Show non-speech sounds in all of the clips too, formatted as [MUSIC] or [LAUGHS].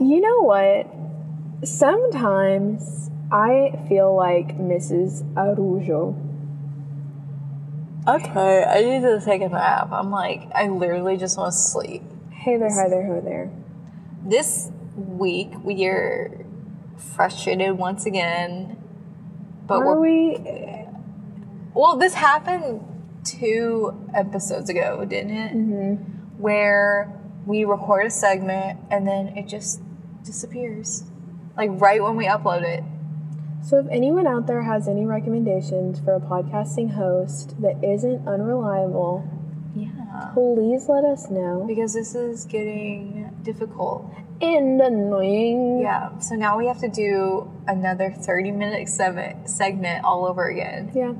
You know what? Sometimes I feel like Mrs. Arujo. Okay, I need to take a nap. I'm like, I literally just want to sleep. Hey there, hi there, ho there. This week we are frustrated once again, but Are we're we? well. This happened two episodes ago, didn't it? Mm-hmm. Where we record a segment and then it just disappears, like right when we upload it. So, if anyone out there has any recommendations for a podcasting host that isn't unreliable, Yeah, please let us know. because this is getting difficult. And annoying. Yeah, Um, so now we have to do another 30 minute segment, segment all over again. Yeah.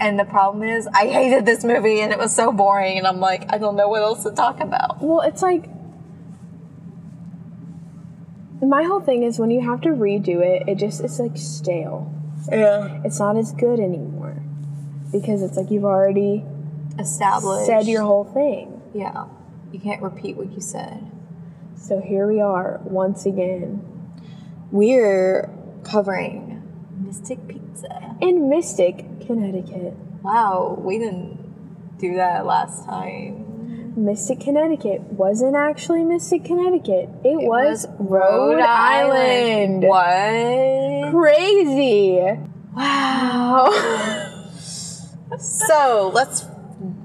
And the problem is, I hated this movie and it was so boring, and I'm like, I don't know what else to talk about. Well, it's like my whole thing is when you have to redo it, it just it's like stale. Yeah. It's not as good anymore because it's like you've already Established. said your whole thing. Yeah. You can't repeat what you said. So here we are once again. We're covering Mystic Pizza. In Mystic, Connecticut. Wow, we didn't do that last time. Mystic, Connecticut wasn't actually Mystic, Connecticut. It, was, Rhode, Island. What? Crazy. Wow. So let's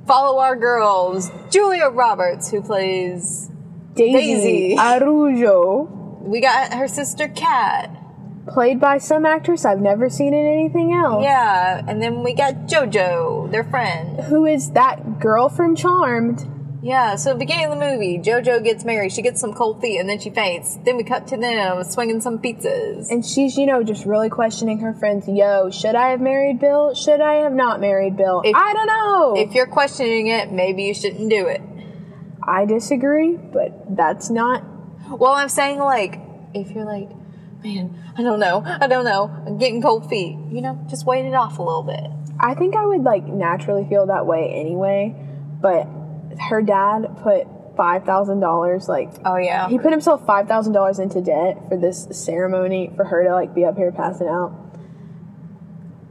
follow our girls. Julia Roberts, who plays. Daisy Daisy. Arujo. We got her sister Kat. played by some actress I've never seen in anything else. Yeah, and then we got JoJo, their friend. Who is that girl from Charmed? Yeah, so the beginning of the movie, JoJo gets married. She gets some cold feet and then she faints. Then we cut to them swinging some pizzas. And she's, you know, just really questioning her friends. Yo, should I have married Bill? Should I have not married Bill? If- I don't know. If you're questioning it, maybe you shouldn't do it. I disagree, but that's not. Well, I'm saying, like, if you're like, man, I don't know, I don't know, I'm getting cold feet, you know, just wait it off a little bit. I think I would like naturally feel that way anyway. But her dad put five thousand dollars, like Oh, yeah. he put himself five thousand dollars into debt for this ceremony for her to like be up here passing out.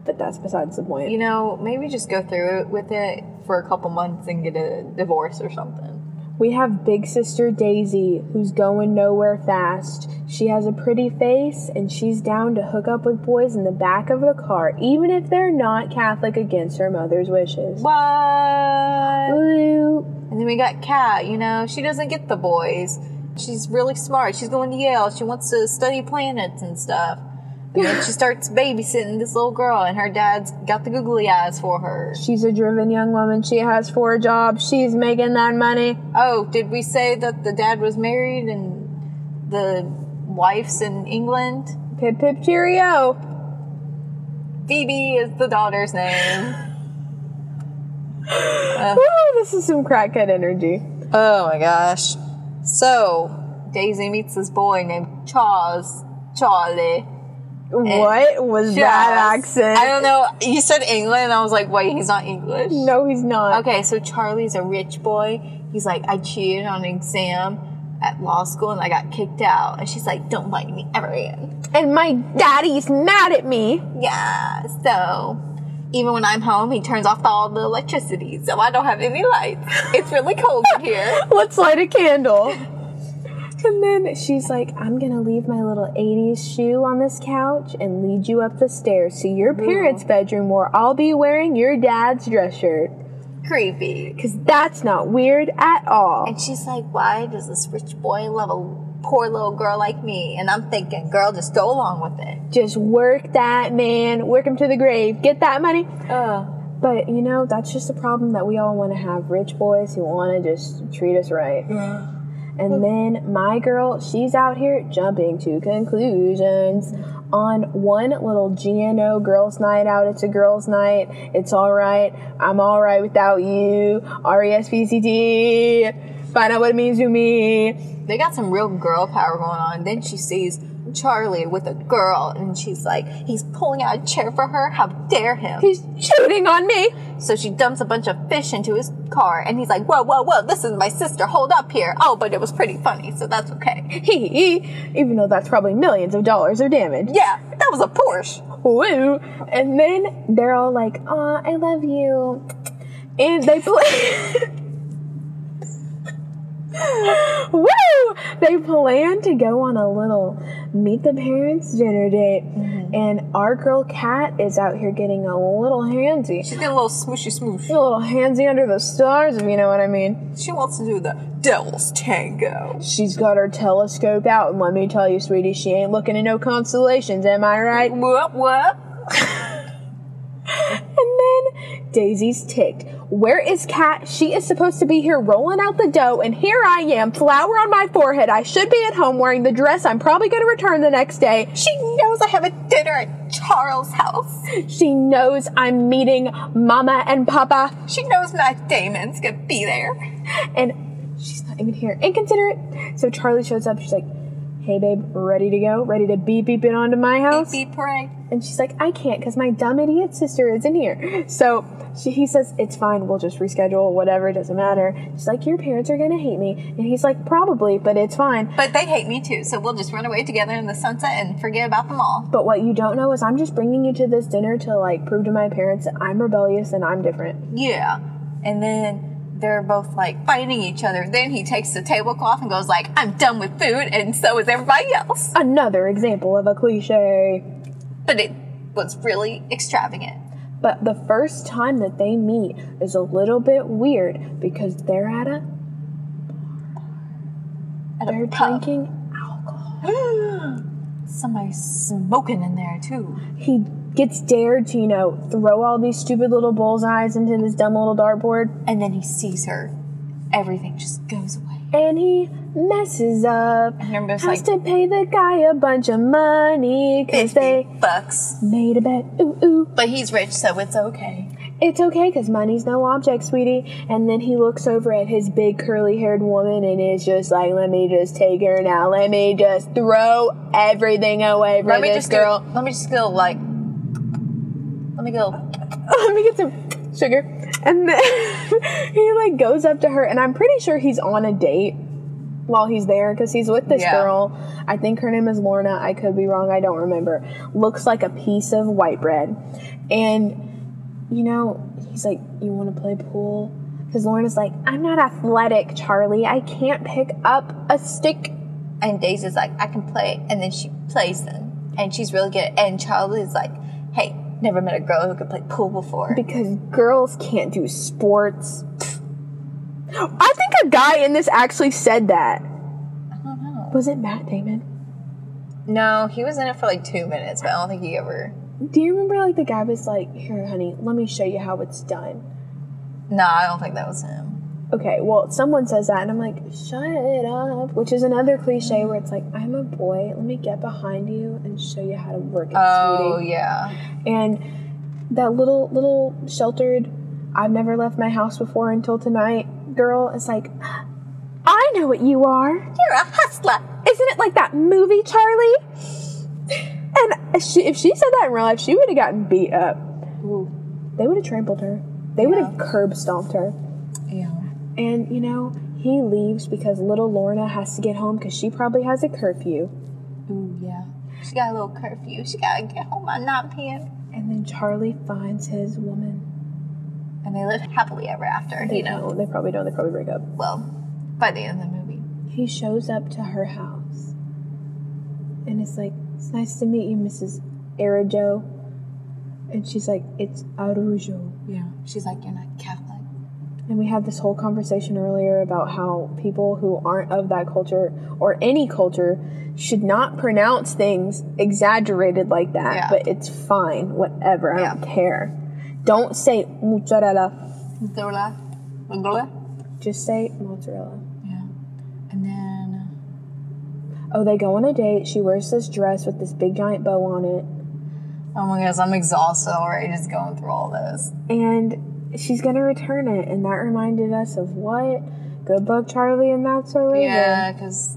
But that's besides the point. You know, maybe just go through it with it for a couple months and get a divorce or something. We have big sister Daisy, who's going nowhere fast. She has a pretty face, and she's down to hook up with boys in the back of the car, even if they're not Catholic against her mother's wishes. What? Ooh. And then we got Kat, you know, she doesn't get the boys. She's really smart. She's going to Yale. She wants to study planets and stuff. And then she starts babysitting this little girl, and her dad's got the googly eyes for her. She's a driven young woman. She has four jobs. She's making that money. Oh, did we say that the dad was married and the wife's in England? Pip pip cheerio. Phoebe is the daughter's name. Woo, this is some crackhead energy. oh my gosh. So, Daisy meets this boy named Charles. Charlie. What was that Charles. accent? I don't know. You said England. I was like, wait, he's not English. No, he's not. Okay, so Charlie's a rich boy. He's like, I cheated on an exam at law school and I got kicked out. And she's like, don't bite me ever again. And my daddy's mad at me. Yeah, so even when I'm home, he turns off all the electricity, so I don't have any lights. It's really cold in here. [LAUGHS] [LAUGHS] Let's light a candle. And then she's like, I'm gonna leave my little 80s shoe on this couch and lead you up the stairs to your parents' bedroom where I'll be wearing your dad's dress shirt. Creepy. Cause that's not weird at all. And she's like, Why does this rich boy love a poor little girl like me? And I'm thinking, Girl, just go along with it. Just work that man, work him to the grave, get that money. Oh, But you know, that's just a problem that we all wanna have rich boys who wanna just treat us right. And then my girl, she's out here jumping to conclusions on one little GNO girls' night out. It's a girls' night. It's all right. I'm all right without you. R E S P C T. Find out what it means to me. They got some real girl power going on. Then she sees Charlie with a girl, and she's like, he's pulling out a chair for her. How dare him? He's cheating on me. [LAUGHS] So she dumps a bunch of fish into his car, and he's like, whoa, whoa, whoa, this is my sister. Hold up here. Oh, but it was pretty funny, so that's okay. Hee hee. Even though that's probably millions of dollars of damage. Yeah, that was a Porsche. Woo. And then they're all like, aw, I love you. And they play. [LAUGHS] Woo! They plan to go on a little meet the parents dinner date. And our girl Kat is out here getting a little handsy. She's getting a little smooshy smoosh. A little handsy under the stars, if you know what I mean. She wants to do the devil's tango. She's got her telescope out, and let me tell you, sweetie, she ain't looking at no constellations, am I right? What, what? And then Daisy's ticked. Where is Kat? She is supposed to be here rolling out the dough, and here I am, flour on my forehead. I should be at home wearing the dress I'm probably going to return the next day. She knows I have a dinner at Charles' house. She knows I'm meeting Mama and Papa, She knows Matt Damon's gonna be there. and she's not even here. Inconsiderate. So Charlie shows up. She's like, Hey, babe, ready to go? Ready to beep beep it onto my house? Be pray. And she's like, I can't because my dumb idiot sister isn't here. So she, he says, It's fine. We'll just reschedule, whatever. It doesn't matter. She's like, Your parents are going to hate me. And he's like, Probably, but it's fine. But they hate me too, so we'll just run away together in the sunset and forget about them all. But what you don't know is I'm just bringing you to this dinner to like prove to my parents that I'm rebellious and I'm different. Yeah. And then they're both like fighting each other. Then he takes the tablecloth and goes like, I'm done with food, and so is everybody else. Another example of a cliche. But it was really extravagant. But the first time that they meet is a little bit weird because they're at a At a they're pub. drinking alcohol. [GASPS] Somebody smoking in there too. He gets dared to, you know, throw all these stupid little bullseyes into this dumb little dartboard. And then he sees her. Everything just goes away. and he messes up. And I'm just Has like, to pay the guy a bunch of money because 50 they bucks. made a bet. Ooh, ooh. But he's rich, so it's okay. It's okay because money's no object, sweetie. And then he looks over at his big curly haired woman and is just like, let me just take her now. Let me just throw everything away for Let me this just girl. go. Let me just go like. Let me go. [LAUGHS] let me get some sugar. And then [LAUGHS] he like goes up to her, and I'm pretty sure he's on a date while he's there because he's with this Yeah. girl. I think her name is Lorna. I could be wrong. I don't remember. Looks like a piece of white bread, and you know he's like, "You want to play pool?" Because Lorna's like, "I'm not athletic, Charlie. I can't pick up a stick." And Daisy's like, I can play, and then she plays them, and she's really good. And Charlie's like, Hey, never met a girl who could play pool before. because girls can't do sports. [LAUGHS] I think a guy in this actually said that. Was it Matt Damon? No, he was in it for like two minutes, but I don't think he ever. Do you remember like the guy was like, "Here, honey, let me show you how it's done." No, I don't think that was him. Okay, well, someone says that, and I'm like, "Shut up," which is another cliche where it's like, "I'm a boy, let me get behind you and show you how to work it, Oh sweetie." yeah, And that little little sheltered, I've never left my house before until tonight, girl is like, "I know what you are." you're a hustler. Isn't it like that movie, Charlie? And she, if she said that in real life, she would have gotten beat up. They would have trampled her. They would have curb stomped her. Yeah. And you know, he leaves because little Lorna has to get home because she probably has a curfew. Ooh yeah. She got a little curfew. She gotta get home by 9 p.m. And then Charlie finds his woman. And they live happily ever after. You know. No, they probably don't. They probably break up. Well, by the end of the movie. He shows up to her house, and it's like, "It's nice to meet you, Mrs. Arajo." And she's like, "It's Arujo." Yeah. She's like, you're not Catholic. And we had this whole conversation earlier about how people who aren't of that culture or any culture should not pronounce things exaggerated like that. Yeah. But it's fine, whatever. I don't care. Don't say mozzarella. Zola. Zola. Just say mozzarella. Yeah. And then Oh, they go on a date. She wears this dress with this big giant bow on it. oh my gosh, I'm exhausted already just going through all this. And she's going to return it. And that reminded us of what? Good book, Charlie, and that's so Raven. Yeah, because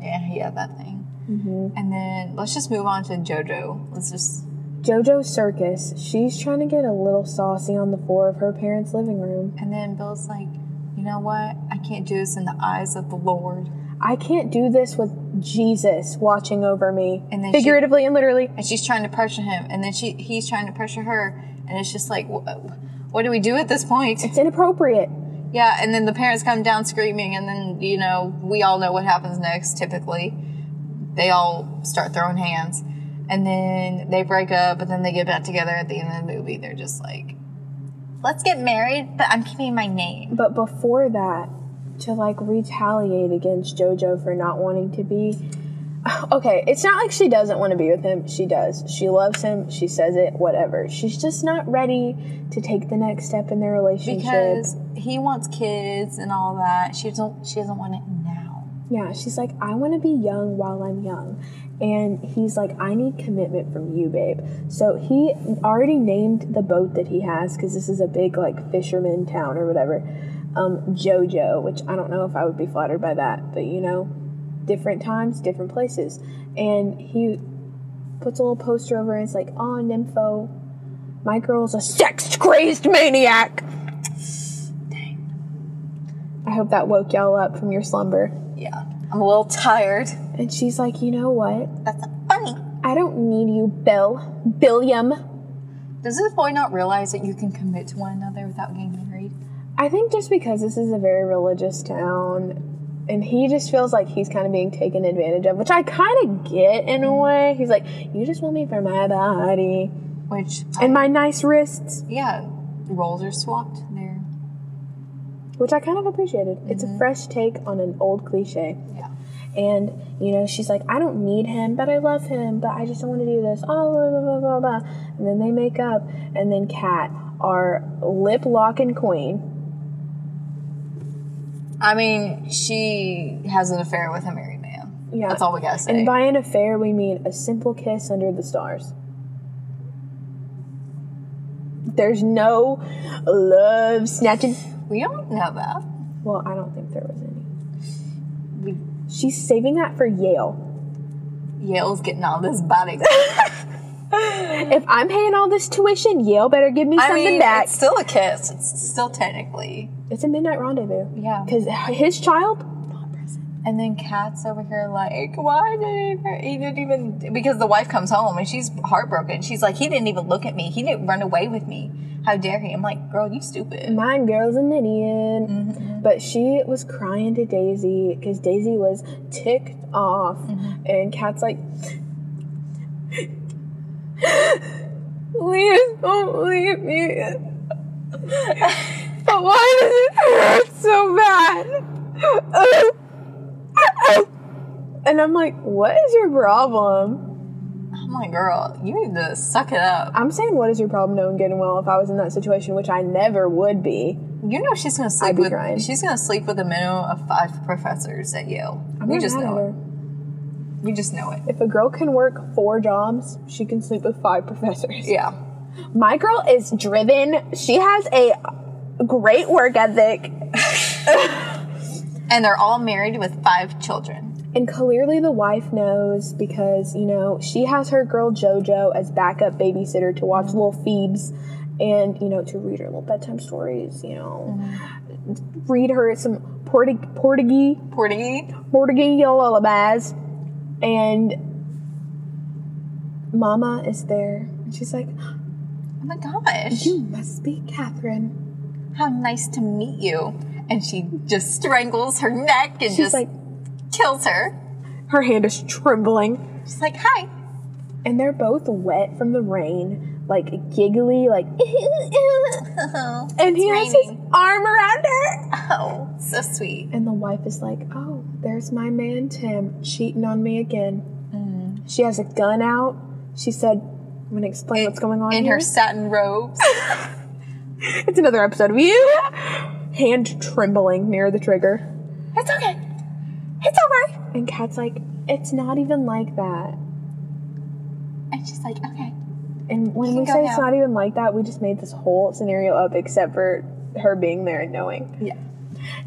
yeah, he had that thing. And then let's just move on to JoJo. Let's just JoJo Circus, she's trying to get a little saucy on the floor of her parents' living room. and then Bill's like, you know what? I can't do this in the eyes of the Lord. I can't do this with Jesus watching over me. And then she- figuratively and literally. And she's trying to pressure him, and then she he's trying to pressure her, and it's just like, wh- what do we do at this point? It's inappropriate. Yeah, and then the parents come down screaming, and then, you know, we all know what happens next typically. They all start throwing hands, and then they break up, and then they get back together at the end of the movie. They're just like, let's get married, but I'm keeping my name. But before that, to like retaliate against JoJo for not wanting to be. [SIGHS] Okay, it's not like she doesn't want to be with him. She does. She loves him. She says it, whatever. She's just not ready to take the next step in their relationship. Because he wants kids and all that. She doesn't, she doesn't want it now. Yeah, she's like, I want to be young while I'm young. And he's like, I need commitment from you, babe. So he already named the boat that he has because this is a big, like, fisherman town or whatever. Um, JoJo, which I don't know if I would be flattered by that, but you know, different times, different places. And he puts a little poster over and it's like, Oh, Nympho, my girl's a sex crazed maniac. Dang. I hope that woke y'all up from your slumber. Yeah. I'm a little tired. And she's like, You know what? That's not funny. I don't need you, Bill. Billiam. Does this boy not realize that you can commit to one another without getting married? I think just because this is a very religious town, and he just feels like he's kind of being taken advantage of, which I kind of get in a way. He's like, You just want me for my body Which, and my nice wrists, yeah, roles are swapped there. which I kind of appreciated. It's a fresh take on an old cliche. Yeah. And, you know, she's like, I don't need him, but I love him, but I just don't want to do this. Oh, blah, blah, blah, blah, blah. And then they make up. And then Kat, our lip locking queen, I mean, she has an affair with a married man. Yeah. That's all we gotta say. And by an affair, we mean a simple kiss under the stars. There's no love snatching. we don't know that. Well, I don't think there was any. We, She's saving that for Yale. Yale's getting all [LAUGHS] this body. If I'm paying all this tuition, Yale better give me I something mean, back. it's still a kiss. It's still technically, It's a midnight rendezvous. yeah. Because his child, not present. And then Kat's over here like, why didn't he- he didn't even? Because the wife comes home and she's heartbroken. She's like, he didn't even look at me. He didn't run away with me. How dare he? I'm like, girl, you stupid. Mine girl's an idiot. But she was crying to Daisy because Daisy was ticked off. And Kat's like, Please don't leave me. but why does it hurt so bad? and I'm like, What is your problem? I'm like, girl, you need to suck it up. I'm saying, What is your problem knowing good and well if I was in that situation, which I never would be? You know she's gonna sleep be with crying. she's gonna sleep with a minimum of five professors at Yale. I'm we not just mad at know her. it. We just know it. If a girl can work four jobs, she can sleep with five professors. Yeah. My girl is driven. She has a great work ethic. And they're all married with five children. And clearly the wife knows because, you know, she has her girl JoJo as backup babysitter to watch little Phoebes and, you know, to read her little bedtime stories, you know, read her some Portu- Portuguese, Portuguese. Portuguese lullabies. And Mama is there. And she's like, Oh my gosh. You must be Catherine. How nice to meet you. And she just strangles her neck and She's just like, kills her. her hand is trembling. She's like, hi. [LAUGHS] And they're both wet from the rain, like giggly, like. [LAUGHS] Oh, and he it's has his raining. arm around her. Oh, so sweet. And the wife is like, oh, there's my man Tim cheating on me again. Mm. She has a gun out. She said, I'm going to explain what's going on In here. her satin robes. It's another episode of you. Hand trembling near the trigger. it's okay. It's over. And Kat's like, it's not even like that. And she's like, okay. And when You we can go say it's now. not even like that, we just made this whole scenario up except for her being there and knowing. Yeah.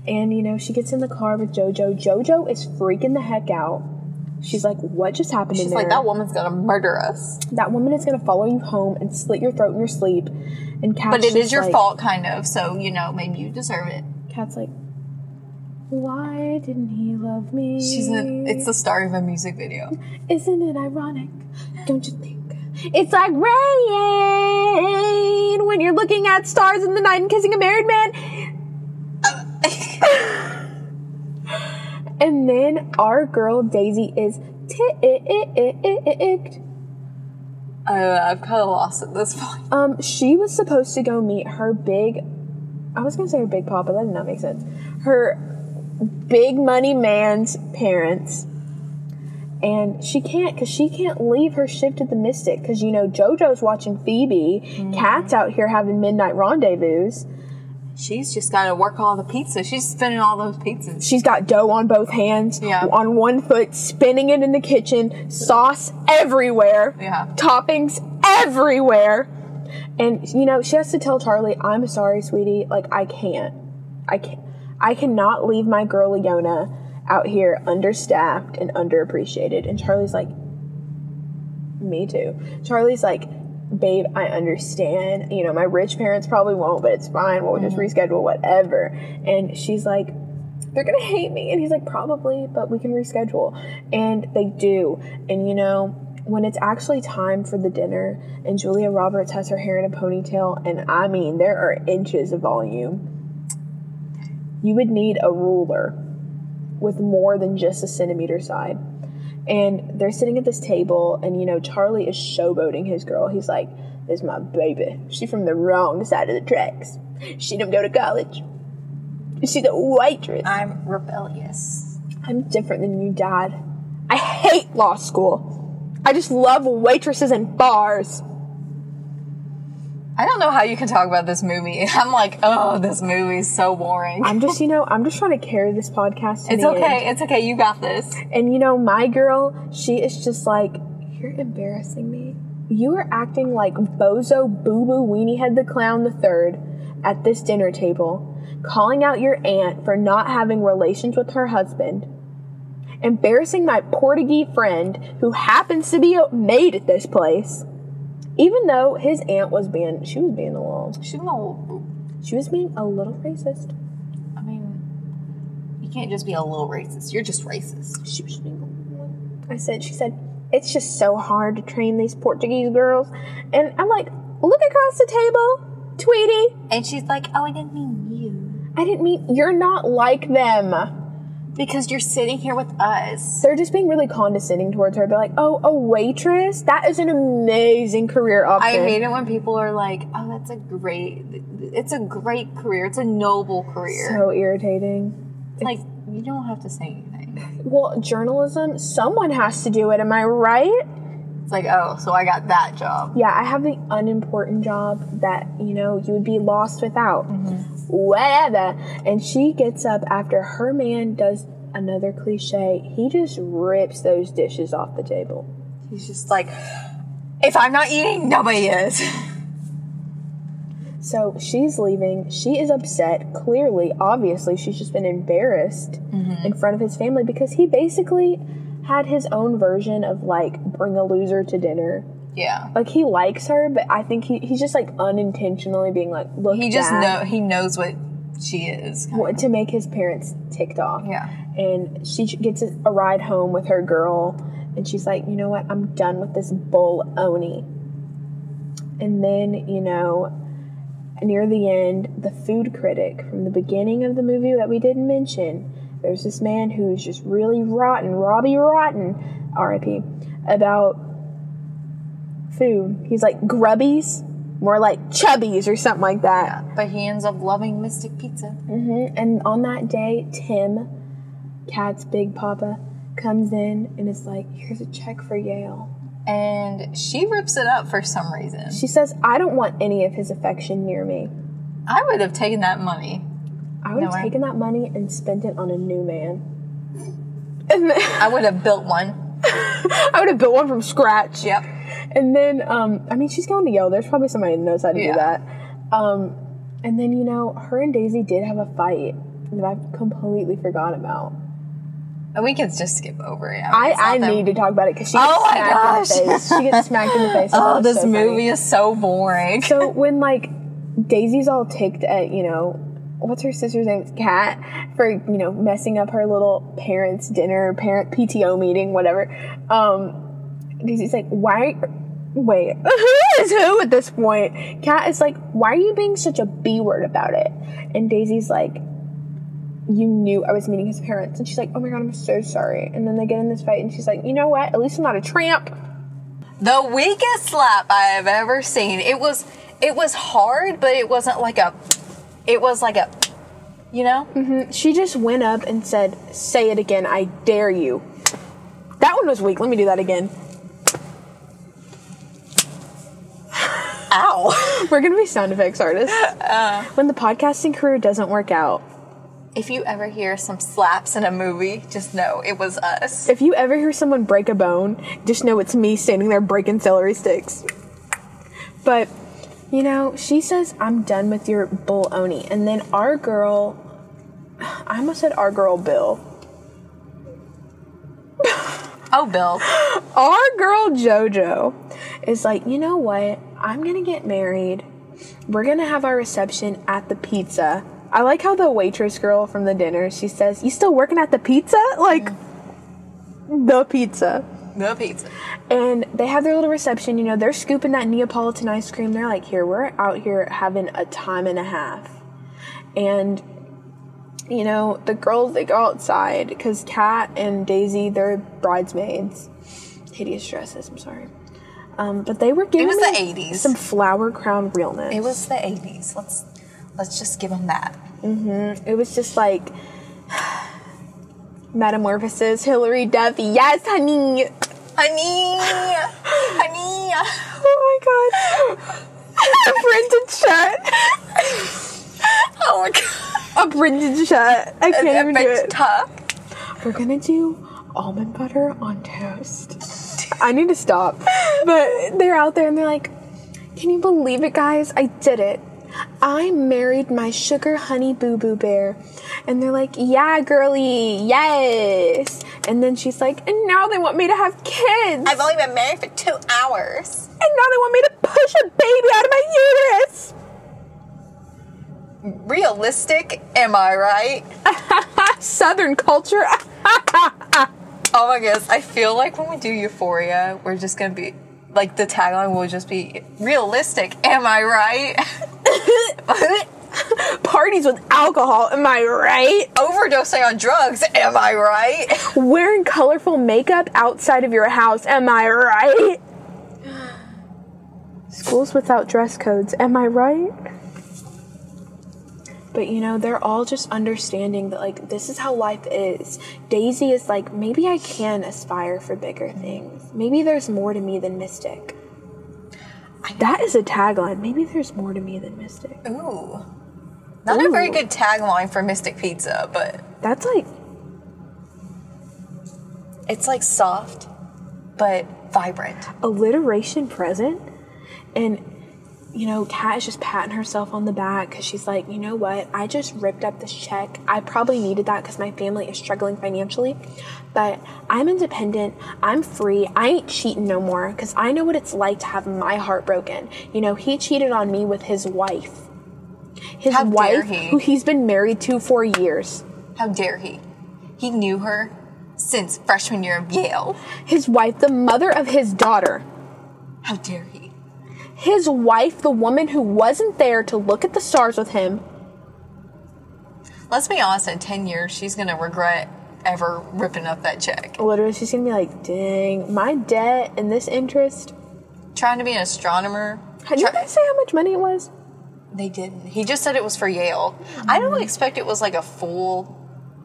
And you know, she gets in the car with JoJo. JoJo is freaking the heck out. She's like, what just happened in She's there? like, that woman's gonna murder us. that woman is going to follow you home and slit your throat in your sleep. And Kat's But it just is your like- fault, kind of. So you know, maybe you deserve it. Kat's like, why didn't he love me? She's a, it's the star of a music video. Isn't it ironic? Don't you think? It's like rain when you're looking at stars in the night and kissing a married man. [LAUGHS] And then our girl Daisy is ticked. Uh, I've kind of lost at this [LAUGHS] point. Um, she was supposed to go meet her big. I was gonna say her big pop, but that did not make sense. Her big money man's parents, and she can't because she can't leave her shift at the Mystic because you know JoJo's watching Phoebe, Cat's out here having midnight rendezvous. She's just got to work all the pizza. She's spinning all those pizzas. She's got dough on both hands, Yeah. on one foot, spinning it in the kitchen, sauce everywhere, Yeah. toppings everywhere. And you know, she has to tell Charlie, "I'm sorry, sweetie. Like I can't. I can't. I cannot leave my girl Leona out here understaffed and underappreciated." And Charlie's like, "Me too." Charlie's like, "Babe, I understand. You know, my rich parents probably won't, but it's fine. We'll just Mm-hmm. reschedule whatever." And she's like, they're gonna hate me and he's like probably but we can reschedule and they do and you know when it's actually time for the dinner and julia roberts has her hair in a ponytail and i mean there are inches of volume you would need a ruler with more than just a centimeter side and they're sitting at this table and you know charlie is showboating his girl he's like this is my baby she from the wrong side of the tracks she didn't go to college she's a waitress I'm rebellious. I'm different than you, Dad. I hate law school. I just love waitresses and bars. I don't know how you can talk about this movie. [LAUGHS] I'm like, oh, this movie's so boring. I'm just, you know, I'm just trying to carry this podcast. To It's the okay. It's okay. You got this. end. And you know, my girl, she is just like, you're embarrassing me. You are acting like Bozo Boo Boo Weenie Head the Clown the Third at this dinner table, calling out your aunt for not having relations with her husband, embarrassing my Portuguese friend who happens to be a maid at this place. Even though his aunt was being, she was being a little, She's an old. boob. she was being a little racist. I mean, you can't just be a little racist. You're just racist. She was being I said, she said, it's just so hard to train these Portuguese girls. And I'm like, look across the table, Tweety. And she's like, oh, I didn't mean you. I didn't mean, you're not like them. Because you're sitting here with us. They're just being really condescending towards her. They're like, oh, a waitress? That is an amazing career option. I hate it when people are like, oh, that's a great, it's a great career. It's a noble career. So irritating. like, you don't have to say anything. Well, journalism, someone has to do it, am I right? It's like, oh, so I got that job. Yeah, I have the unimportant job that, you know, you would be lost without. Mm-hmm. Whatever. And she gets up after her man does another cliche. He just rips those dishes off the table. He's just like, if I'm not eating, nobody is. [LAUGHS] So she's leaving. She is upset. Clearly, obviously, she's just been embarrassed Mm-hmm. in front of his family because he basically had his own version of like bring a loser to dinner. yeah. Like he likes her, but I think he, he's just like unintentionally being like, look, He just Dad, know he knows what she is. what- to make his parents ticked off. Yeah. And she j- gets a a ride home with her girl, and she's like, you know what? I'm done with this bull oni. And then, you know, near the end, the food critic from the beginning of the movie that we didn't mention, there's this man who's just really rotten, Robbie Rotten, RIP, about food. He's like, grubbies, more like chubbies or something like that. But he ends up loving Mystic Pizza. Mhm. And on that day, Tim, Cat's big papa, comes in and is like, "Here's a check for Yale." And she rips it up for some reason. She says, "I don't want any of his affection near me. I would have taken that money. I would No, I- have taken that money and spent it on a new [LAUGHS] man." And then, I would have built one. I would have built one from scratch. Yep. And then, um, I mean, she's going to Yale. There's probably somebody that knows how to Yeah. do that. Um, and then, you know, her and Daisy did have a fight that I completely forgot about. And we can just skip over it. mean, I, it's not I that- need to talk about it because she gets Oh my smacked in the gosh. face. She gets smacked in the face. [LAUGHS] Oh, It's this so funny. movie is so boring. So when like Daisy's all ticked at you know what's her sister's name Kat for you know messing up her little parents dinner parent PTO meeting whatever. Um, Daisy's like why. [LAUGHS] Wait, who is who at this point? Kat is like, why are you being such a B word about it? And Daisy's like, you knew I was meeting his parents. And she's like, oh my god, I'm so sorry. And then they get in this fight, and she's like, you know what? At least I'm not a tramp. the weakest slap I have ever seen. It was it was hard, but it wasn't like a it was like a you know? She just went up and said, Say it again, I dare you. That one was weak. Let me do that again. [LAUGHS] Ow. We're going to be sound effects artists. when the podcasting career doesn't work out, [LAUGHS] If you ever hear some slaps in a movie, just know it was us. if you ever hear someone break a bone, just know it's me standing there breaking celery sticks. But, you know, she says, I'm done with your bull Oni. And then our girl, [SIGHS] I almost said our girl Bill. Oh Bill. our girl JoJo is like, you know what? I'm gonna get married. We're gonna have our reception at the pizza. I like how the waitress girl from the dinner she says, "You still working at the pizza? Like the pizza." The pizza. And they have their little reception. You know, they're scooping that Neapolitan ice cream. They're like, "Here, we're out here having a time and a half." And you know, the girls they go outside because Kat and Daisy they're bridesmaids. Hideous dresses. I'm sorry, um, but they were giving was me the 80s. some flower crown realness. It was the 80s. Let's let's just give them that. It was just like [SIGHS] metamorphosis. Hillary Duff. Yes, honey. [LAUGHS] Honey. Honey. [LAUGHS] Oh my [LAUGHS] god. Printed shut. Oh my god. A printed shut. I can't even do Epic it. talk. We're gonna do almond butter on toast. I need to stop. But they're out there and they're like, can you believe it, guys? I did it. I married my sugar honey boo boo bear. And they're like, yeah, girly, yes. And then she's like, and now they want me to have kids. I've only been married for two hours. and now they want me to push a baby out of my uterus. Realistic, am I right? Southern culture. [LAUGHS] Oh my goodness, I feel like when we do Euphoria, we're just gonna be like the tagline will just be realistic, am I right? Parties with alcohol, am I right? [LAUGHS] Overdosing on drugs, am I right? [LAUGHS] Wearing colorful makeup outside of your house, am I [GASPS] right? Schools without dress codes, am I right? But you know, they're all just understanding that, like, this is how life is. Daisy is like, maybe I can aspire for bigger things. Maybe there's more to me than Mystic. That is a tagline. Maybe there's more to me than Mystic. Ooh. Not a very Ooh. good tagline for Mystic Pizza, but That's like, it's like soft but vibrant. alliteration present and you know kat is just patting herself on the back because she's like you know what i just ripped up this check i probably needed that because my family is struggling financially but i'm independent i'm free i ain't cheating no more because i know what it's like to have my heart broken you know he cheated on me with his wife his How dare wife he. who he's been married to for years How dare he? He knew her since freshman year of Yale. his wife the mother of his daughter How dare he? his wife the woman who wasn't there to look at the stars with him Let's be honest, in 10 years, she's gonna regret ever ripping up that check. Literally, she's gonna be like, dang, my debt and this interest. Trying to be an astronomer. Did you Try- guys say how much money it was? they didn't. He just said it was for Yale. I don't expect it was like a full,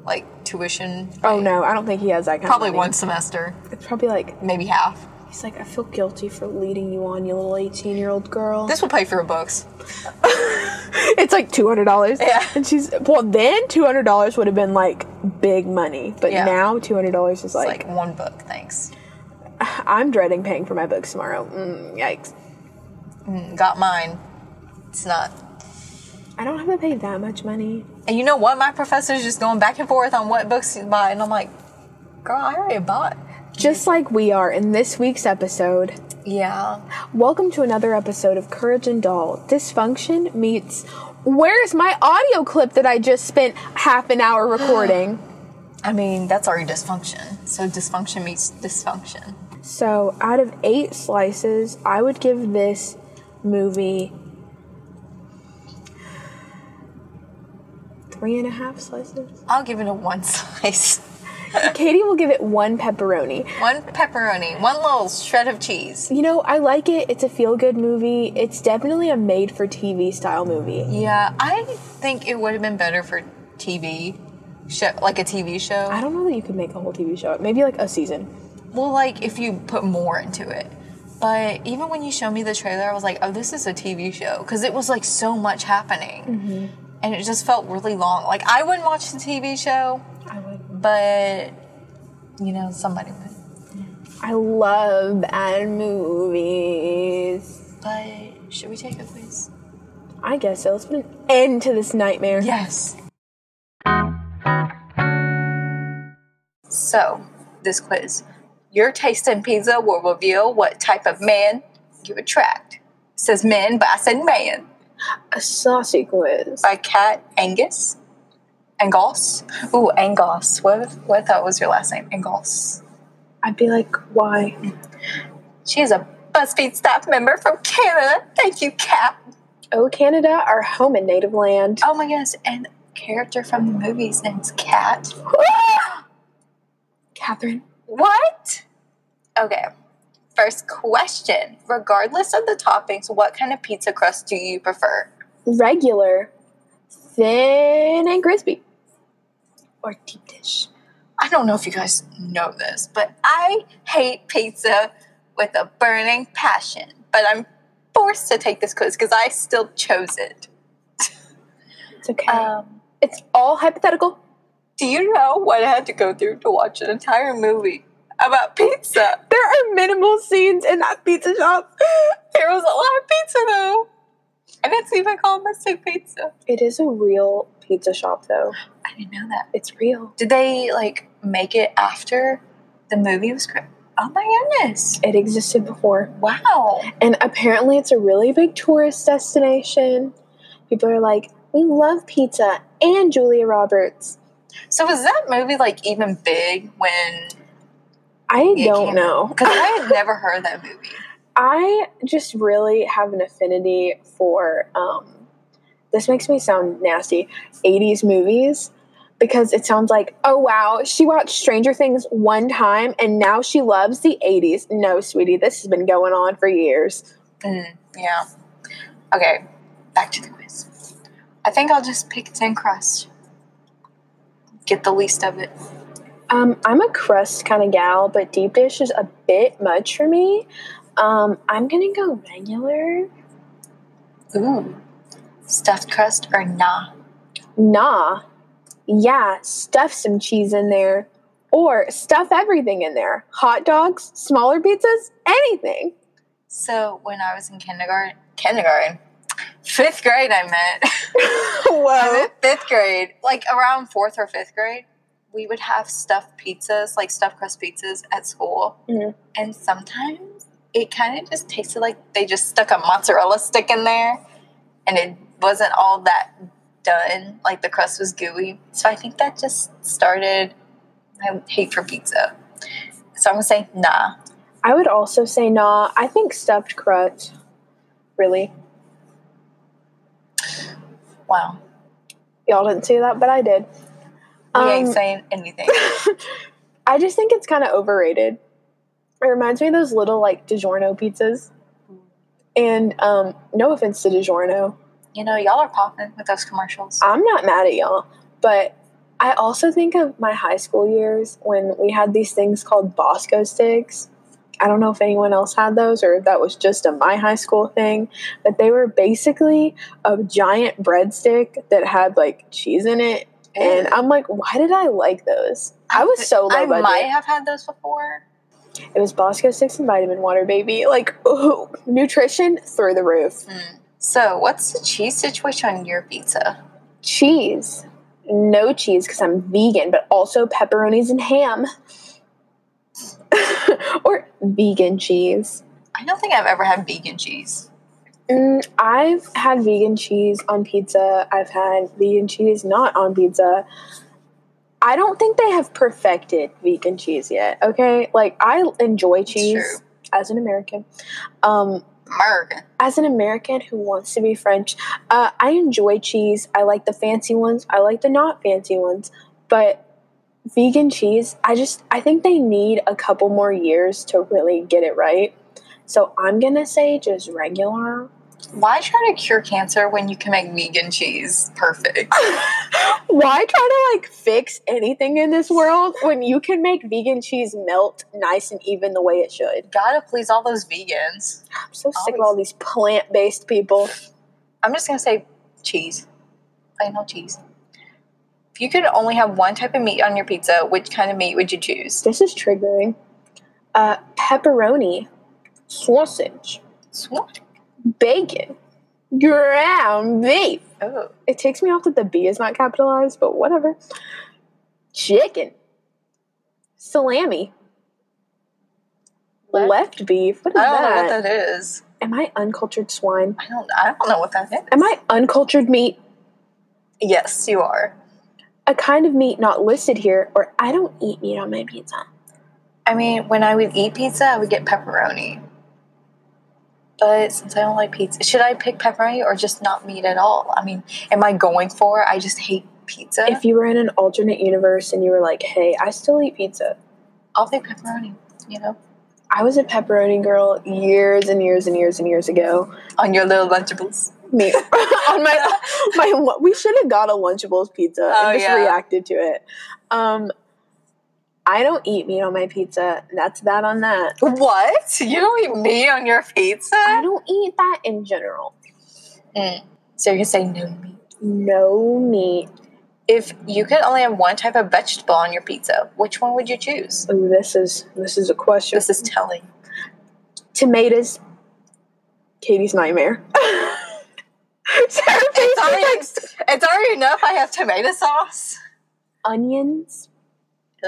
like, tuition. Oh no, I don't think he has that kind Probably of one semester, It's probably like, maybe half. he's like, I feel guilty for leading you on, you little 18 year old girl. This will pay for your books. [LAUGHS] it's like $200. Yeah. And she's, well, then $200 would have been like big money. But Yeah. now $200 is It's like, like one book, thanks. I'm dreading paying for my books tomorrow. Mm, yikes. Got mine. It's not. I don't have to pay that much money. And you know what? My professor's just going back and forth on what books to buy, and I'm like, Girl, I already bought. Just like we are in this week's episode, Yeah. welcome to another episode of Courage and Doll. Dysfunction meets Where's my audio clip that I just spent half an hour recording? I mean, that's already dysfunction. So dysfunction meets dysfunction. So, out of eight slices, I would give this movie three and a half slices. I'll give it a one [LAUGHS] slice. Katie will give it one pepperoni. One pepperoni, one little shred of cheese. You know, I like it. It's a feel good movie. It's definitely a made for TV style movie. Yeah, I think it would have been better for TV, show, like a TV show. I don't know that you could make a whole TV show. Maybe like a season. Well, like if you put more into it. But even when you showed me the trailer, I was like, oh, this is a TV show. Because it was like so much happening. And it just felt really long. Like I wouldn't watch the TV show, I would. but you know, somebody would. I love bad movies. But should we take a quiz? I guess so. Let's put an end to this nightmare. Yes. So, this quiz. Your taste in pizza will reveal what type of man you attract. It says men, but I said man. A saucy quiz. by Kat Angus. Angos? Ooh, Angos. What if, what if that was your last name? Angos. I'd be like, why? She is a BuzzFeed staff member from Canada. Thank you, Kat. Oh, Canada, our home and native land. Oh my goodness, and character from the movie's name's [GASPS] Kat. Catherine. What? Okay. First question. Regardless of the toppings, what kind of pizza crust do you prefer? Regular, thin, and crispy. Or deep dish. I don't know if you guys know this, but I hate pizza with a burning passion. But I'm forced to take this quiz because I still chose it. It's okay. Um, it's all hypothetical. do you know what I had to go through to watch an entire movie about pizza? There are minimal scenes in that pizza shop. There was a lot of pizza though, and it's even called Mystic Pizza. It is a real pizza shop, though. I didn't know that. It's real. Did they like make it after the movie was? Cr- oh my goodness! It existed before. Wow. And apparently, it's a really big tourist destination. People are like, we love pizza and Julia Roberts. So was that movie like even big when? I It don't came know. [LAUGHS] Because I had never heard of that movie. I just really have an affinity for um, this makes me sound nasty 80s movies because it sounds like oh wow she watched Stranger Things one time and now she loves the 80s no sweetie this has been going on for years Mm, yeah. Okay, back to the quiz. I think I'll just pick thin crust. Get the least of it. um, I'm a crust kind of gal but deep dish is a bit much for me um, I'm gonna go regular Ooh. Stuffed crust or nah? nah yeah stuff some cheese in there or stuff everything in there hot dogs smaller pizzas anything [LAUGHS] So when I was in kindergarten, kindergarten, fifth grade, I meant. I whoa meant [LAUGHS] fifth grade, like around fourth or fifth grade, we would have stuffed pizzas, like stuffed crust pizzas, at school, Mhm. and sometimes it kind of just tasted like they just stuck a mozzarella stick in there, and it wasn't all that done. Like the crust was gooey, so I think that just started my hate for pizza. So I'm gonna say nah. i would also say nah i think stuffed crust really Wow, y'all didn't see that but i did we um, ain't saying anything. i just think it's kind of overrated it reminds me of those little like DiGiorno pizzas and um, no offense to DiGiorno, you know, y'all are popping with those commercials. I'm not mad at y'all, but I also think of my high school years when we had these things called Bosco sticks. I don't know if anyone else had those or if that was just a my high school thing, but they were basically a giant breadstick that had like cheese in it. And I'm like, why did I like those? I was so low I budget. might have had those before. It was Bosco sticks and vitamin water, baby. Like, [LAUGHS] ooh, nutrition through the roof. Hmm. So, what's the cheese situation on your pizza? Cheese, no cheese because I'm vegan, but also pepperonis and ham. [LAUGHS] vegan cheese. I don't think I've ever had vegan cheese. Mm, I've had vegan cheese on pizza. I've had vegan cheese not on pizza. I don't think they have perfected vegan cheese yet. Okay, like I enjoy cheese true. as an American. Um, American. as an American who wants to be French, uh, I enjoy cheese. I like the fancy ones. I like the not fancy ones. But vegan cheese, I just I think they need a couple more years to really get it right. So I'm gonna say just regular. Why try to cure cancer when you can make vegan cheese [LAUGHS] perfect? Why try to like fix anything in this world when you can make vegan cheese melt nice and even the way it should? Gotta please all those vegans. I'm so sick of all these plant based people. I'm just gonna say cheese. Plain old cheese. If you could only have one type of meat on your pizza, which kind of meat would you choose? This is triggering. Uh, pepperoni, sausage, Swan. bacon, ground beef. Oh. It takes me off that the B is not capitalized, but whatever. Chicken, salami, Left? left, beef. What is I don't that? know what that is. Am I uncultured swine? I don't I don't know what that is. Am I uncultured meat? Yes, you are. A kind of meat not listed here, or I don't eat meat on my pizza. I mean, when I would eat pizza, I would get pepperoni. But since I don't like pizza, should I pick pepperoni or just not meat at all? I mean, am I going for I just hate pizza? If you were in an alternate universe and you were like, hey, I still eat pizza, I'll pick pepperoni, you know, I was a pepperoni girl years and years and years and years ago. on your little Lunchables. Me [LAUGHS] on my [LAUGHS] my we should have got a Lunchables pizza Oh, and just yeah. reacted to it. Um, I don't eat meat on my pizza. That's that on that. [LAUGHS] What? You don't eat meat on your I pizza? don't eat that in general. Mm. So you can say no meat. No meat. If you could only have one type of vegetable on your pizza, which one would you choose? Ooh, this is this is a question. This is telling. tomatoes. Katie's nightmare. [LAUGHS] Sarah Paige It's already, next. it's already enough. I have tomato sauce. Onions,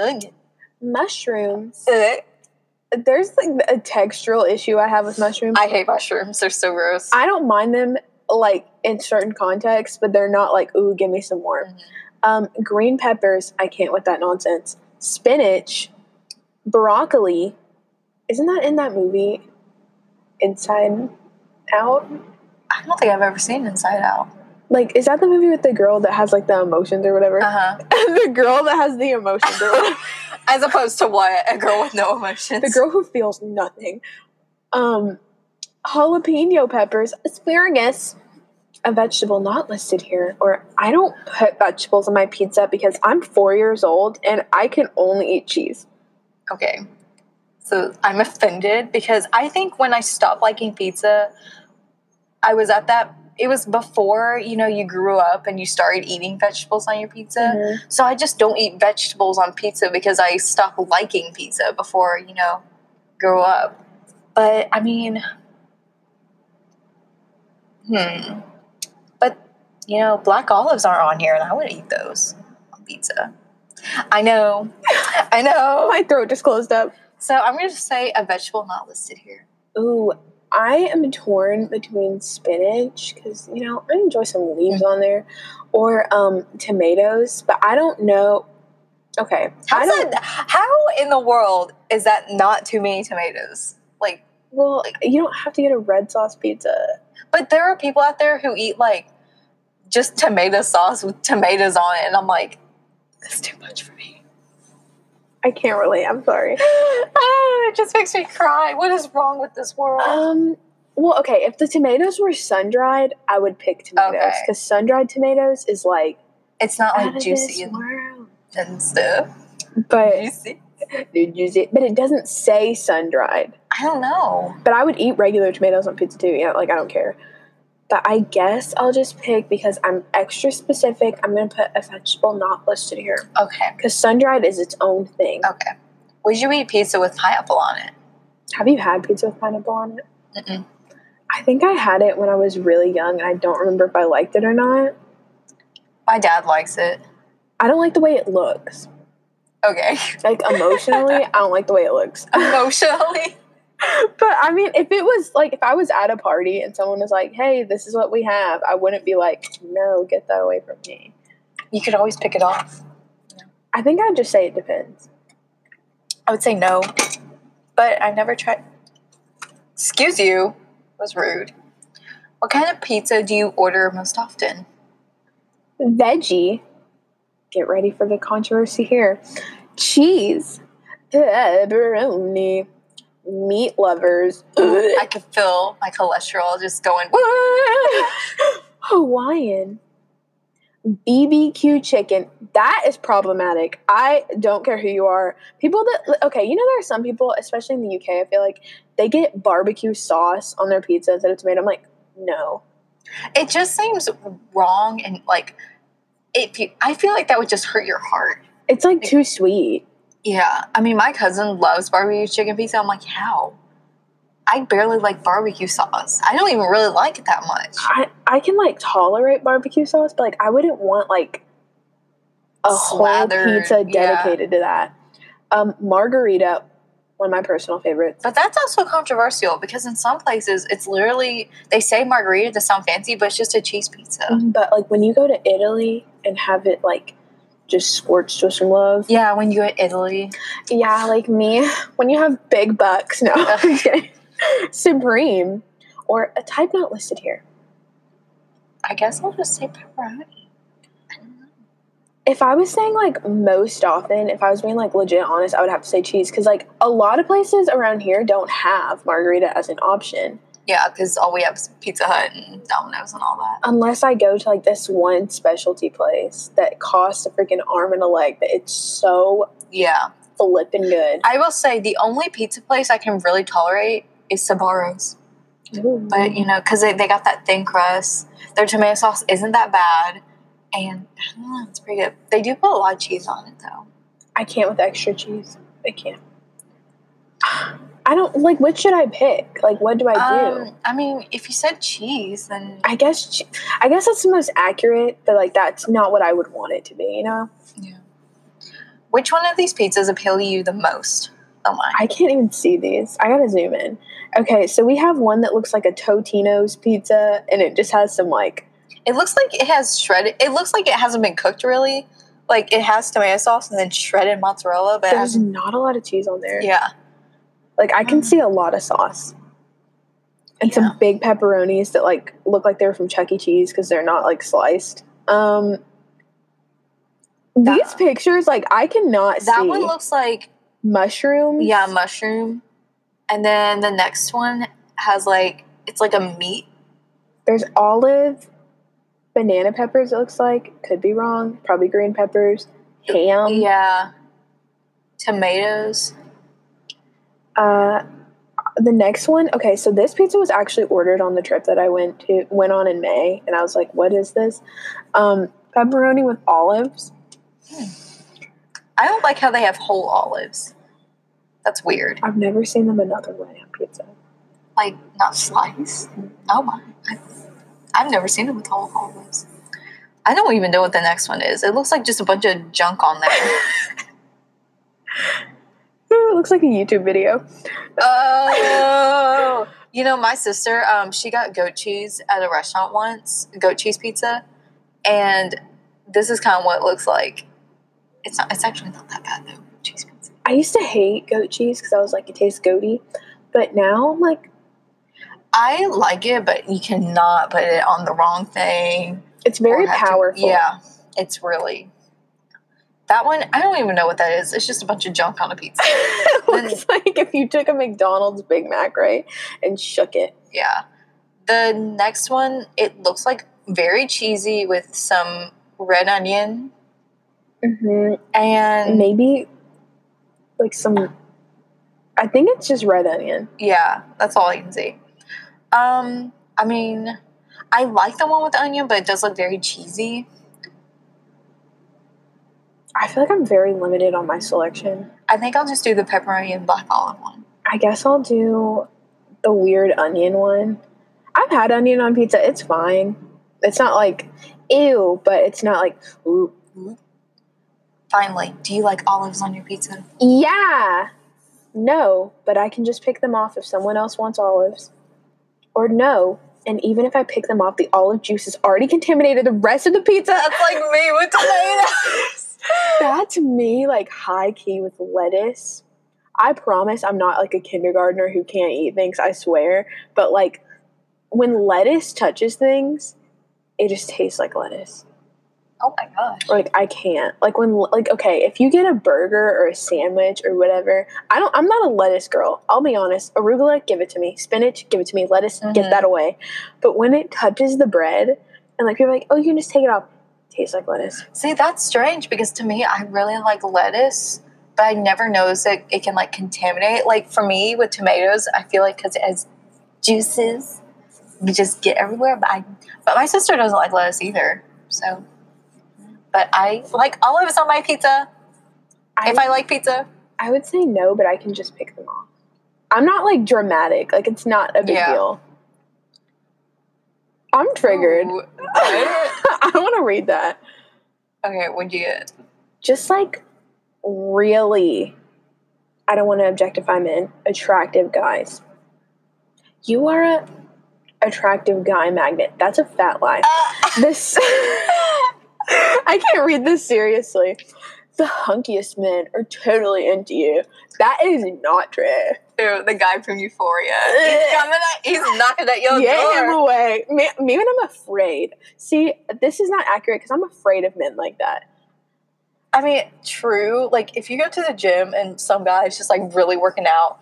Onion. mushrooms. Ugh. There's like a textural issue I have with mushrooms. I hate mushrooms. They're so gross. I don't mind them like in certain contexts, but they're not like, ooh, give me some more. Mhm. Um, green peppers, I can't with that nonsense. Spinach, broccoli, isn't that in that movie? Inside Out? I don't think I've ever seen Inside Out. Like, is that the movie with the girl that has like the emotions or whatever? Uh And [LAUGHS] the girl that has the emotions or whatever. huh. As opposed to what? A girl with no emotions. the girl who feels nothing. Um, jalapeno peppers, asparagus, a vegetable not listed here. Or I don't put vegetables on my pizza because I'm four years old and I can only eat cheese. Okay. So I'm offended because I think when I stopped liking pizza, I was at that. It was before you know you grew up and you started eating vegetables on your pizza. So I just don't eat vegetables on pizza because I stopped liking pizza before, you know, grow up. But I mean, hmm. But, you know, black olives aren't on here and I would eat those on pizza. I know. [LAUGHS] I know. My throat just closed up. So I'm going to say a vegetable not listed here. Ooh, I am torn between spinach because you know I enjoy some leaves on there, or um, tomatoes. But I don't know. Okay, I How's don't. that, how in the world is that not too many tomatoes? Like, Well, you don't have to get a red sauce pizza. But there are people out there who eat like just tomato sauce with tomatoes on it, and I'm like, that's too much for me. [LAUGHS] I can't relate. I'm sorry. oh, it just makes me cry. What is wrong with this world? Um. Well, okay. If the tomatoes were sun dried, I would pick tomatoes Okay. because sun dried tomatoes is like It's not out like of juicy this and, world. and stuff. But [LAUGHS] Juicy? juicy. But it doesn't say sun dried. I don't know. But I would eat regular tomatoes on pizza too. Yeah, like I don't care. But I guess I'll just pick because I'm extra specific. I'm gonna put a vegetable not listed here Okay, because sun dried is its own thing. okay. Would you eat pizza with pineapple on it? Have you had pizza with pineapple on it? Mm-mm. I think I had it when I was really young, and I don't remember if I liked it or not. My dad likes it. I don't like the way it looks. Okay. [LAUGHS] Like emotionally, I don't like the way it looks. [LAUGHS] Emotionally? But I mean, if it was like, if I was at a party and someone was like, hey, this is what we have, I wouldn't be like, no, get that away from me. You could always pick it off. I think I'd just say it depends. I would say no, but I've never tried. Excuse you, was rude. What kind of pizza do you order most often? Veggie. Get ready for the controversy here. Cheese. Pepperoni. Meat lovers. I could feel my cholesterol just going. [LAUGHS] Hawaiian. BBQ chicken. That is problematic. I don't care who you are. People that, okay, you know, there are some people, especially in the UK, I feel like they get barbecue sauce on their pizza instead of tomato. I'm like, no. It just seems wrong and like if you, I feel like that would just hurt your heart. It's like too sweet. Yeah, I mean, my cousin loves barbecue chicken pizza. I'm like, how? I barely like barbecue sauce. I don't even really like it that much. I, I can like tolerate barbecue sauce, but like I wouldn't want like a whole Slathered, pizza yeah. dedicated to that. Um, margarita, one of my personal favorites. But that's also controversial because in some places it's literally they say margarita to sound fancy, but it's just a cheese pizza. Um, But like when you go to Italy and have it like just scorched with some love. Yeah, when you go to Italy, Yeah, like me, when you have big bucks, no. [LAUGHS] I'm kidding. Supreme. Or a type not listed here. I guess I'll just say pepperoni. If I was saying like most often, if I was being like legit honest, I would have to say cheese because like a lot of places around here don't have margarita as an option Yeah, because all we have is Pizza Hut and Domino's and all that. unless I go to like this one specialty place that costs a freaking arm and a leg that it's so Yeah, flippin' good. I will say the only pizza place I can really tolerate is Sabaro's, Mm-hmm. but you know, because they, they got that thin crust, their tomato sauce isn't that bad, and I don't know, it's pretty good. They do put a lot of cheese on it though. I can't with extra cheese. I can't. I don't like. What should I pick? Like, what do I do? Um, I mean, if you said cheese, then I guess che- I guess that's the most accurate, but like that's not what I would want it to be. You know, Which one of these pizzas appeal to you the most? Oh my. I can't even see these. I gotta zoom in. Okay, so we have one that looks like a Totino's pizza, and it just has some like It looks like it has shredded. It looks like it hasn't been cooked really. Like it has tomato sauce and then shredded mozzarella, but it there's has, not a lot of cheese on there. yeah, Like I can see a lot of sauce. And Mm. Yeah. some big pepperonis that like look like they're from Chuck E. Cheese because they're not like sliced. Um these That- pictures, like I cannot that see one looks like mushrooms. yeah mushroom, and then the next one has like it's like a meat. There's olive, banana peppers, it looks like. Could be wrong. Probably green peppers. Ham. yeah, tomatoes. Uh, the next one, okay, so this pizza was actually ordered on the trip that I went to went on in May, and I was like, "What is this?" Um, pepperoni with olives. I don't like how they have whole olives. That's weird. I've never seen them another way on pizza. like not sliced. Oh my! I, I've never seen it with whole olives. I don't even know what the next one is. It looks like just a bunch of junk on there. Ooh, it looks like a YouTube video. oh, you know my sister. Um, she got goat cheese at a restaurant once. Goat cheese pizza, and this is kind of what it looks like. It's not. It's actually not that bad though. Cheese pizza. I used to hate goat cheese because I was like, it tastes goaty, but now I'm like, I like it, but you cannot put it on the wrong thing. it's very or have to- powerful. yeah, it's really that one. I don't even know what that is. It's just a bunch of junk on a pizza. [LAUGHS] it looks like if you took a McDonald's Big Mac, right, and shook it. yeah. The next one, it looks like very cheesy with some red onion hmm and Maybe like some. I think it's just red onion. yeah, that's all I can see. Um, I mean, I like the one with the onion, but it does look very cheesy. I feel like I'm very limited on my selection. I think I'll just do the pepperoni and black olive one. I guess I'll do the weird onion one. I've had onion on pizza. It's fine. It's not like ew, but it's not like ooh. Finally, do you like olives on your pizza? Yeah. No, but I can just pick them off if someone else wants olives. Or no, and even if I pick them off, the olive juice has already contaminated the rest of the pizza. [LAUGHS] That's like me with tomatoes. [LAUGHS] That's me, like high key with lettuce. I promise I'm not like a kindergartner who can't eat things, I swear. But like when lettuce touches things, it just tastes like lettuce. oh my gosh. Like I can't. Like when like okay, if you get a burger or a sandwich or whatever, I don't I'm not a lettuce girl. I'll be honest. Arugula, give it to me. Spinach, give it to me. Lettuce, Mhm. get that away. But when it touches the bread and like people are like, "Oh, you can just take it off." Tastes like lettuce. See, that's strange because to me, I really like lettuce, but I never noticed that it can like contaminate. Like for me with tomatoes, I feel like because it has juices, you just get everywhere. But I, but my sister doesn't like lettuce either. So, but I like olives on my pizza. if I like pizza, I would say no, but I can just pick them off. I'm not like dramatic. Like it's not a big Yeah. deal. I'm triggered. Ooh. [LAUGHS] I want to read that. okay, what'd you get? [LAUGHS] Just like really, I don't want to objectify men. Attractive guys. You are a attractive guy magnet. That's a fat [LAUGHS] lie. this [LAUGHS] I can't read this seriously. The hunkiest men are totally into you. That is not true. Ew, the guy from Euphoria. He's coming at, he's knocking at your Get him door. away. Me, me when I'm afraid. See, this is not accurate because I'm afraid of men like that. I mean, true. Like, if you go to the gym and some guy's just like really working out,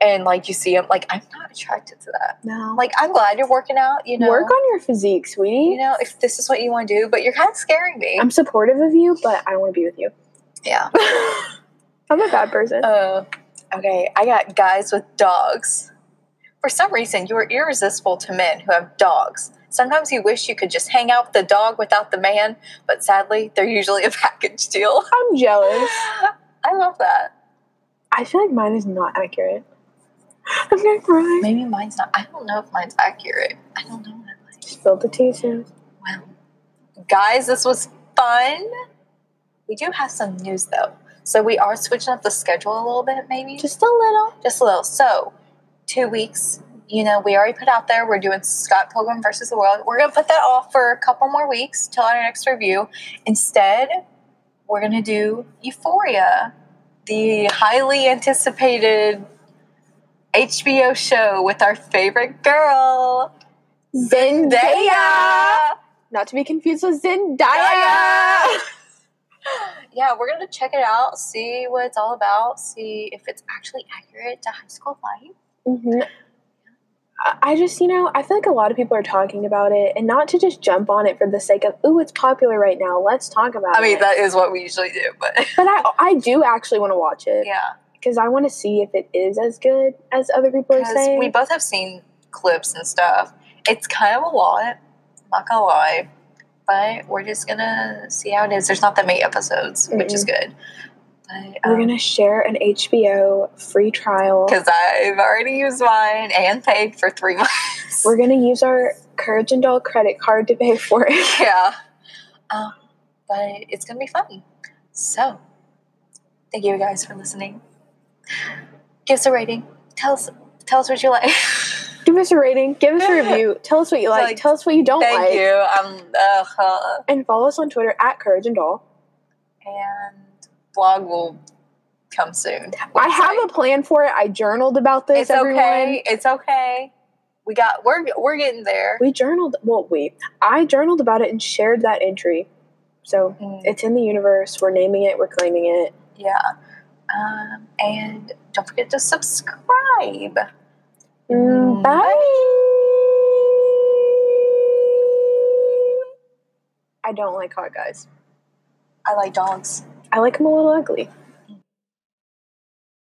and like you see him, like I'm not attracted to that. No. Like, Like, I'm glad you're working out. You know, work on your physique, sweetie. You know, if this is what you want to do, but you're kind of scaring me. I'm supportive of you, but I don't want to be [LAUGHS] with you. yeah. I'm a bad person. Uh, okay, I got guys with dogs. For some reason, you are irresistible to men who have dogs. Sometimes you wish you could just hang out with the dog without the man, but sadly, they're usually a [LAUGHS] package deal. I'm jealous. I love that. I feel like mine is not accurate. [LAUGHS] I'm gonna cry. Maybe mine's not. I don't know if mine's accurate. I don't know. What I like. Spilled the tea soon. Well, guys, this was fun. We do have some news though, so we are switching up the schedule a little bit, maybe. Just a little. just a little. So, two weeks. You know, we already put out there we're doing Scott Pilgrim versus the World. We're gonna put that off for a couple more weeks till our next review. Instead, we're gonna do Euphoria, the highly anticipated HBO show with our favorite girl Zendaya! Zendaya. Not to be confused with Zendaya! Yeah, we're gonna check it out, see what it's all about, see if it's actually accurate to high school life. hmm I I just, you know, I feel like a lot of people are talking about it, and not to just jump on it for the sake of, ooh, it's popular right now. Let's talk about it. I mean, that is what we usually do, but but I, I do actually want to watch it [LAUGHS] yeah. because I want to see if it is as good as other people are because saying. we both have seen clips and stuff. It's kind of a lot, not gonna lie, but we're just gonna see how it is. There's not that many episodes, which is good. But, um, We're gonna share an HBO free trial. because I've already used mine and paid for three months. We're gonna use our Courage and Doll credit card to pay for it. [LAUGHS] yeah, um, but it's gonna be fun. So, thank you guys for listening. Give us a rating. Tell us, tell us what you like. Give us a rating. Give us a [LAUGHS] review. Tell us what you like. Like, tell us what you don't [LAUGHS] thank like. you. I'm. Uh, uh, And follow us on Twitter at Courage and Doll. and blog will come soon. I have a plan for it. I journaled about this. It's everyone. okay. It's okay. We got. We're we're getting there. We journaled. Well, we. I journaled about it and shared that entry. So Mm, it's in the universe. We're naming it. We're claiming it. yeah. Um, and don't forget to subscribe. Mm, Bye. I don't like hot guys. I like dogs. I like them a little ugly.